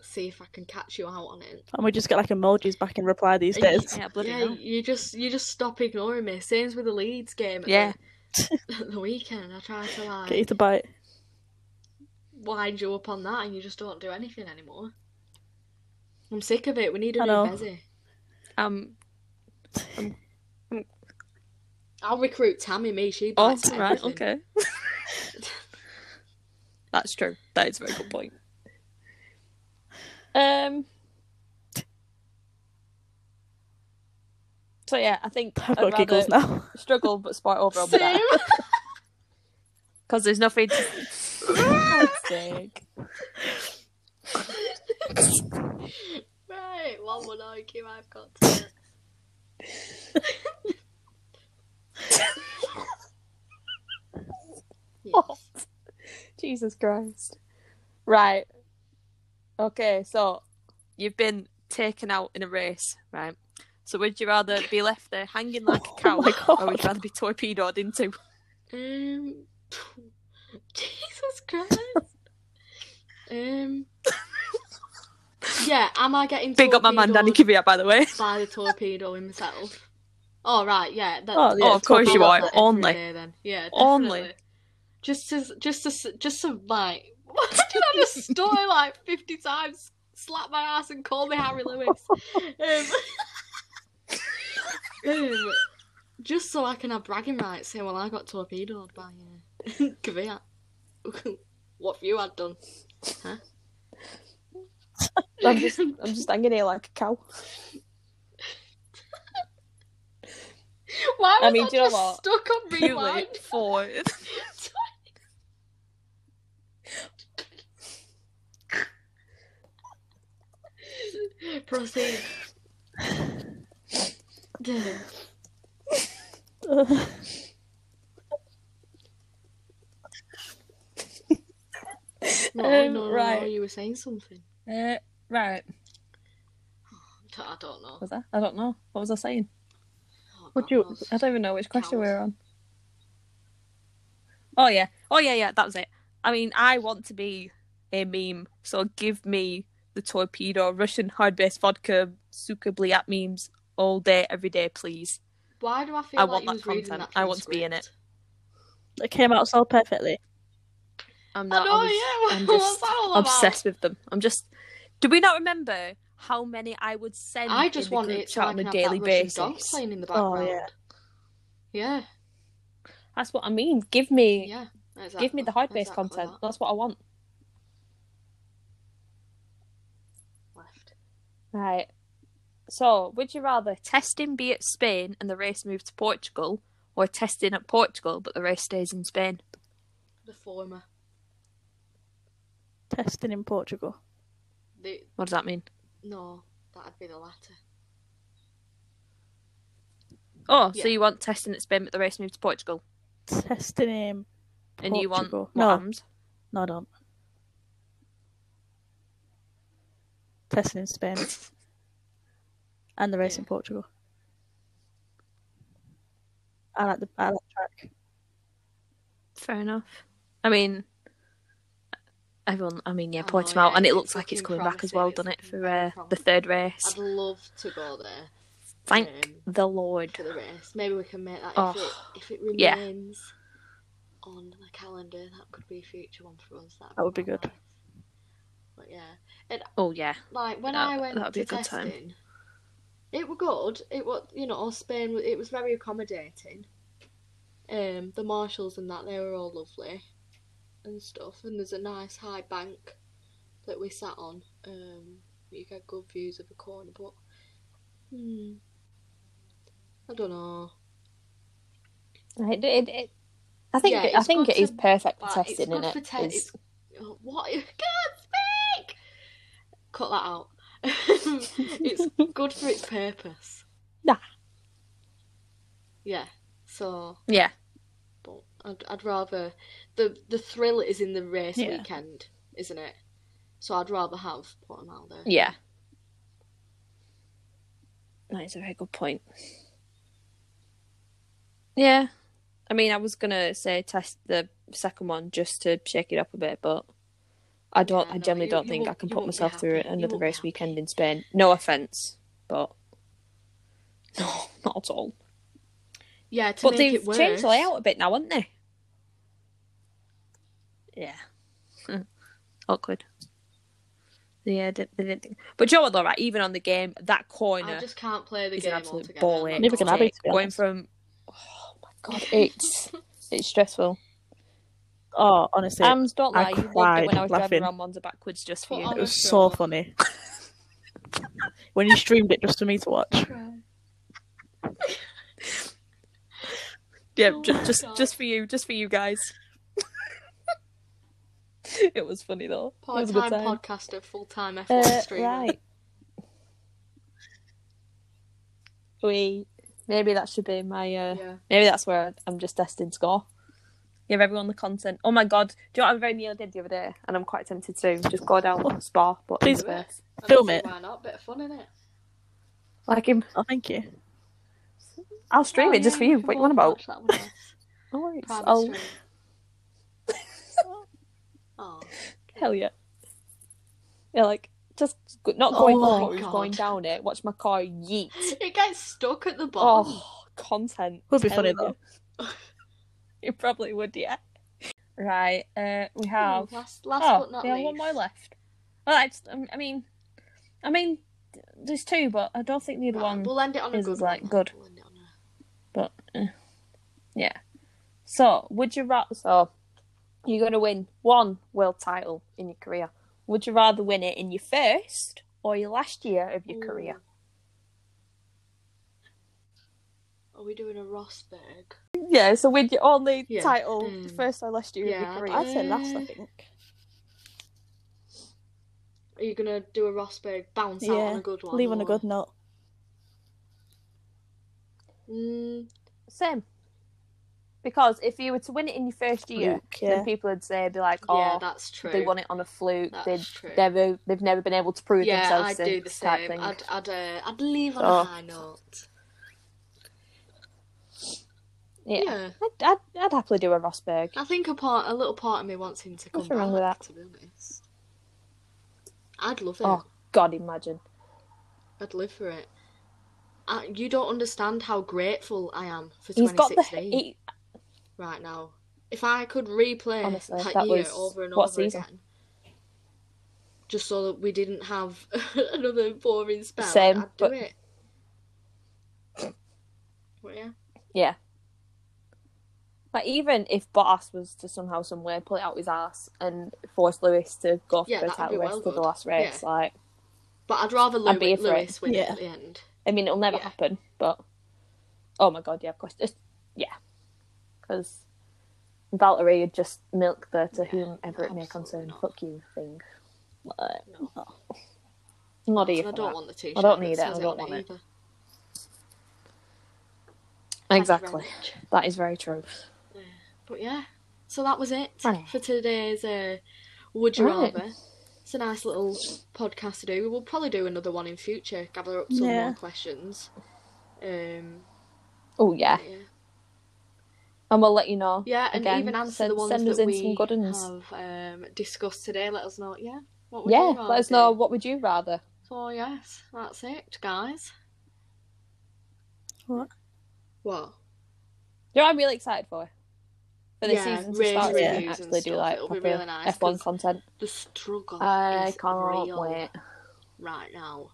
C: see if I can catch you out on it.
A: And we just get like emojis back in reply these
C: Yeah.
A: days.
B: Yeah, bloody
C: yeah,
B: hell.
C: you just you just stop ignoring me. Same as with the Leeds game. At
B: Yeah.
C: the, the weekend I try to like
A: Get you to bite.
C: wind you up on that, and you just don't do anything anymore. I'm sick of it. We need a
A: I
C: new
A: know.
C: busy.
B: Um,
C: I'll recruit Tammy. Me, she.
B: oh,
C: bites at
B: right,
C: everything.
B: okay. That's true. That is a very good point. Um. So yeah, I think
A: I've
B: I'd
A: got giggles
B: rather
A: now.
B: struggle but sport overall be
C: Same.
B: better because there's nothing. To... God's sake.
C: Right, one would argue I've got to. yes.
B: Jesus Christ. Right. Okay, so you've been taken out in a race, right? So would you rather be left there hanging like a cow,
A: Oh my
B: or would
A: God.
B: you rather be torpedoed into?
C: Um, Jesus Christ. um, yeah, am I getting
B: Big up my man Danny
C: torpedoed
B: Kvyat, by the way.
C: by the torpedo in myself? Oh right, yeah. That,
A: Oh, yeah, Oh, of course
B: you
C: torpedo
B: are,
C: that every
B: only.
C: day then. Yeah,
B: Only.
C: definitely. Just as, just as, just to like, what did I just story like fifty times? Slap my ass and call me Harry Lewis. Um, um, just so I can have bragging rights. Say, well, I got torpedoed by uh, Kvyat. what have you had done? Huh?
B: I'm just, I'm just hanging here like a cow.
C: Why
B: I
C: was I,
B: mean, do you know
C: just
B: what?
C: stuck on
B: Too
C: rewind?
B: late for it.
C: Proceed.
B: Um,
C: No, no, right. no,
B: right.
C: you were saying something.
B: Uh, right.
C: I don't know.
B: Was I? I don't know. What was I saying?
C: Oh,
A: Would
C: God
A: you-
C: knows.
B: I don't even know which question we
C: Cows.
B: were on. Oh yeah. Oh yeah, yeah, that was it. I mean, I want to be a meme, so give me the torpedo Russian hard based vodka suitably at memes all day, every day, please.
C: Why do I feel
B: I
C: like
B: want
C: he
B: that
C: was reading
B: content.
C: that from
B: I
C: a
B: want to be in it.
C: script?
A: It came out so perfectly.
B: I'm
C: I
B: not.
C: know,
B: was-
C: yeah.
B: I'm
C: what's
B: just
C: that all about?
B: obsessed with them. I'm just. Do we not remember how many I would send?
C: I just
B: in the
C: want
B: group
C: it so
B: chat
C: I
B: on
C: can
B: a
C: have
B: daily
C: that Russian dog
B: basis.
C: playing in the
A: Oh,
C: background.
A: yeah.
C: yeah.
B: That's what I mean. Give me,
C: Yeah,
B: give me the hard based
C: exactly
B: content.
C: that.
B: That's what I want.
C: Left.
B: Right. So, would you rather testing be at Spain and the race move to Portugal, or testing at Portugal but the race stays in Spain?
C: The former.
A: Testing in Portugal.
C: The
B: What does that mean?
C: no, that'd be the latter.
B: Oh,
C: Yeah.
B: so you want testing at Spain but the race move to Portugal,
A: Testing in.
B: and you want
A: Portugal.
B: what
A: No.
B: hams?
A: No, I don't. Testing in Spain. and the race in
C: Yeah.
A: Portugal. I like the I like the track.
B: Fair enough. I mean, everyone. I mean, yeah,
C: I know,
B: Portimao,
C: Oh, yeah,
B: and it
C: it's
B: looks like it's
C: looking
B: coming back as
C: promising,
B: well,
C: it's
B: doesn't it,
C: looking
B: for uh,
C: very
B: the third race?
C: I'd love to go there.
B: Thank
C: um,
B: the Lord.
C: for the race. Maybe we can make that if,
B: Oh,
C: it, if it
B: yeah.
C: remains on the calendar. That could be a future one for us. That'd
A: That would be
C: quite
A: good.
C: nice. But yeah,
B: Oh yeah,
C: like when
B: That-
C: I went
B: that'd be
C: to
B: a good time.
C: testing, it were good. It was you know Spain. wa- It was very accommodating. Um, the marshals and that they were all lovely, and stuff. And there's a nice high bank that we sat on. Um, you get good views of the corner, but hmm, I don't know.
B: it, it, it, I think
C: Yeah,
B: it- I
C: it's
B: think
C: good
B: it is
C: to-
B: perfect for
C: But
B: testing,
C: it's good
B: innit?
C: for te-
B: It's-
C: it's- oh, what? I can't speak. Cut that out. it's good for its purpose.
B: Nah.
C: Yeah. So,
B: Yeah,
C: but I'd, I'd rather the the thrill is in the race
A: Yeah.
C: weekend, isn't it? So I'd rather have put 'em out there.
B: yeah. That is a very good point. Yeah, I mean, I was gonna say test the second one just to shake it up a bit, but I don't.
C: Yeah,
B: I
C: no,
B: generally
C: you-
B: don't
C: you
B: think I
C: won't-
B: can
C: you
B: put
C: won't be
B: myself through
C: happy. You
B: another
C: won't be
B: race
C: happy.
B: weekend in Spain. No offense, but no, not at all.
C: Yeah. To
B: But
C: make
B: they've
C: it worse,
B: changed the layout a bit now, haven't they? Yeah. Hmm. Awkward. Yeah, they they didn't think. But Joe, though, right? Even on the game, that
C: I
B: corner
C: just can't play the
B: is
C: game
B: an absolute
C: altogether.
B: ball
C: I'm
B: ache.
A: Neither
B: to
C: not
A: can
C: gonna
A: I be,
B: take.
A: to be
B: Going
A: honest.
B: from, oh my god, it's it's stressful.
A: Oh, honestly,
B: Ams, don't
A: I
B: lie. You loved it
A: cried
B: when I was
A: laughing.
B: driving around Monza backwards just for
C: Put
B: you.
C: on
A: it
C: a
A: was so
C: show.
A: funny. when you streamed it just for me to watch.
B: Yeah,
C: Oh my
B: just just
C: God.
B: just for you, just for you guys. it was funny though. It was a good
C: Part-time
B: time.
C: podcaster, full-time F1
B: Uh,
C: streamer.
B: right. We maybe that should be my uh
C: Yeah.
B: maybe that's where I'm just destined to go. Give everyone the content. Oh my god, do you know what I very nearly did the other day? And I'm quite tempted to do? just go down on spa, but
A: Please.
B: in reverse.
C: I don't
A: Film
C: see
A: it.
C: Why not? Bit of fun in it.
B: like him.
A: Oh, thank you.
B: I'll
C: Oh,
B: stream it just for you. What you want about?
C: That one is.
B: Oh, it's-
C: Private
B: I'll-
C: stream. oh,
B: Hell yeah. Yeah, like just go- not going
C: Oh
B: up,
C: my
B: it's going
C: God.
B: down it. Watch my car yeet.
C: it gets stuck at the bottom.
B: Oh, content.
A: Would be
B: Telling
A: funny,
B: you. It probably would, yeah. Right, uh, we have.
C: last, last
B: oh,
C: but not
B: we have
C: least.
B: one more left. Well, I, just, um, I mean, I mean, there's two, but I don't think the other
C: Right,
B: one.
C: We'll end it on a
B: is,
C: good
B: like,
C: one.
B: good.
C: We'll end it on a-
B: But eh, yeah. So, would you rather? So, you're going to win one world title in your career. Would you rather win it in your first or your last year of your career?
C: Ooh. Are we doing a Rosberg?
B: Yeah. So, win your only
C: Yeah,
B: title
C: um,
B: first or last year of
C: yeah,
B: your career.
A: I'd say last, I
C: Uh,
A: think.
C: Are you gonna do a Rosberg bounce out
A: Yeah,
C: on a good one?
A: Leave on a
C: or-
A: good note.
C: Mm,
B: Same. Because if you were to win it in your first year,
A: Luke, yeah.
B: then people would say, be like, oh,
C: yeah, that's true.
B: they won it on a fluke.
C: That's
B: They'd
C: true.
B: never, they've never been able to prove
C: yeah,
B: themselves.
C: I'd do the
B: since, type
C: same.
B: thing.
C: I'd, I'd, uh, I'd leave on
B: Oh.
C: a high note.
B: yeah,
C: Yeah.
B: I'd, I'd, I'd happily do a Rosberg.
C: I think a part, a little part of me wants him to come
B: Nothing wrong with
C: back.
B: that.
C: To be honest, I'd love it.
B: Oh God, imagine.
C: I'd live for it. I, you don't understand how grateful I am for
B: He's got the
C: 2016
B: he,
C: right now. If I could replay
B: Honestly,
C: that,
B: that
C: year
B: was-
C: over and
B: what
C: over
B: season?
C: again, just so that we didn't have another boring spell,
B: Same,
C: I'd do
B: but-
C: it. But yeah,
B: yeah. Like even if Bottas was to somehow some way pull it out his ass and force Lewis to go for
C: Yeah,
B: the
C: that would
B: title
C: be
B: race
C: well
B: for the
C: good.
B: last race, like
C: but I'd rather Lew-
B: I'd be for it.
C: Lewis win it
A: Yeah.
C: at the end.
B: I mean it'll never
C: Yeah.
B: happen, but oh my God, yeah, of course, just yeah, because Valtteri would just milk the to whomever it may
C: absolutely
B: concern.
C: not.
B: Fuck you thing. Like,
C: No.
B: I'm not here
C: And I
B: for
C: don't
B: that.
C: want the t-shirt.
B: I don't
C: that
B: need it,
C: says
B: I don't
C: on
B: want it.
C: either. Thank you very
B: Exactly,
C: much.
B: that is very true.
C: But yeah, so that was it
B: Right.
C: for today's uh, Would You
B: Right.
C: Rather. It's a nice little podcast to do. We will probably do another one in future, gather up some
A: Yeah.
C: more questions. Um,
B: Oh yeah,
C: yeah,
B: and we'll let you know.
C: yeah, and
B: Again,
C: even answer the
B: send-
C: ones
B: send
C: that
B: us in
C: we
B: some good uns.
C: have um, discussed today. Let us know. Yeah, what would
B: Yeah,
C: you
B: let us
C: rather
B: know
C: do?
B: what would you rather.
C: So yes, that's it, guys.
A: What?
C: What?
B: You know, what I'm really excited for for this
C: Yeah,
B: season to
C: race
B: start
A: reviews
B: and
C: and
B: actually do
C: stuff.
B: like
C: It'll be
B: proper
C: really nice,
B: F1
C: 'cause
B: content.
C: The struggle
B: I
C: is
B: can't
C: real
B: wait.
C: right now.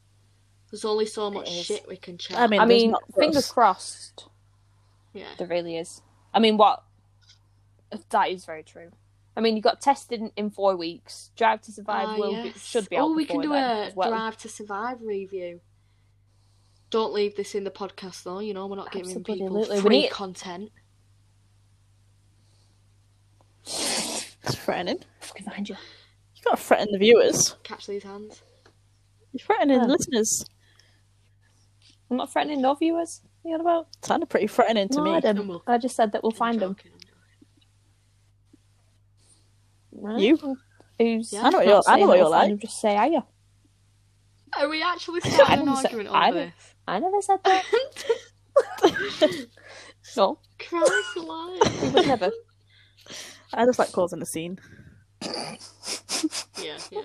C: There's only so much
B: is. Um,
C: shit we can chat.
A: I mean-
B: I
A: there's
B: mean,
A: not for
B: fingers
A: us.
B: crossed.
C: yeah.
B: There really is. I mean, what? That is very true. I mean, you got tested in, in four weeks. Drive to Survive
C: Ah,
B: will be,
C: yes.
B: should be out.
C: Oh, we can
B: before
C: do
B: then
C: a
B: as well.
C: Drive to Survive review. Don't leave this in the podcast though. You know we're not giving people
B: Absolutely. We
C: free
B: need-
C: content.
A: It's threatening.
B: Fucking find you.
A: You can't threaten the viewers.
C: Catch these hands.
A: You're threatening
B: Yeah.
A: the listeners.
B: I'm not threatening no viewers. You know about?
A: Sounded pretty threatening to
B: no,
A: me.
B: I
C: And we'll-
B: didn't. I just said that we'll
C: I'm
B: find them.
C: joking, I'm joking.
A: You?
B: Who's?
C: Yeah.
A: I know
B: not
A: what you're- I
B: saying
A: know what
B: we'll
A: you're
B: find
A: like.
B: them, Just say, are you?
C: Are we actually starting an
B: didn't say-
C: argument
B: I
C: over
B: didn't-
C: this?
B: I never said that. no,
C: Christ alive.
B: we would never.
A: I just like causing a scene.
C: Yeah, yeah.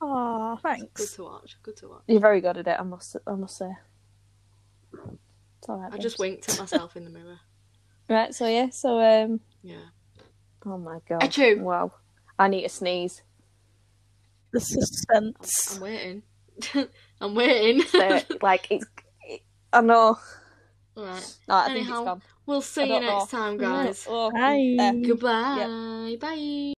A: Aw,
C: Good
A: thanks.
C: to watch. Good to watch.
B: You're very good at it. I must. I must say. It's all right.
C: I
B: babes.
C: just winked at myself in the mirror.
B: Right. So yeah. So um.
C: Yeah.
B: Oh my god.
C: Achoo.
B: Wow. I need a sneeze.
A: The
C: I'm,
A: suspense.
C: I'm waiting. I'm waiting.
B: So like it's. It, I know.
C: Alright.
B: No, I think
C: Anyhow,
B: it's gone.
C: We'll see
B: I
C: you
B: don't
C: next
B: know.
C: time, guys.
B: Oh,
A: Bye.
B: there.
C: Goodbye. Bye.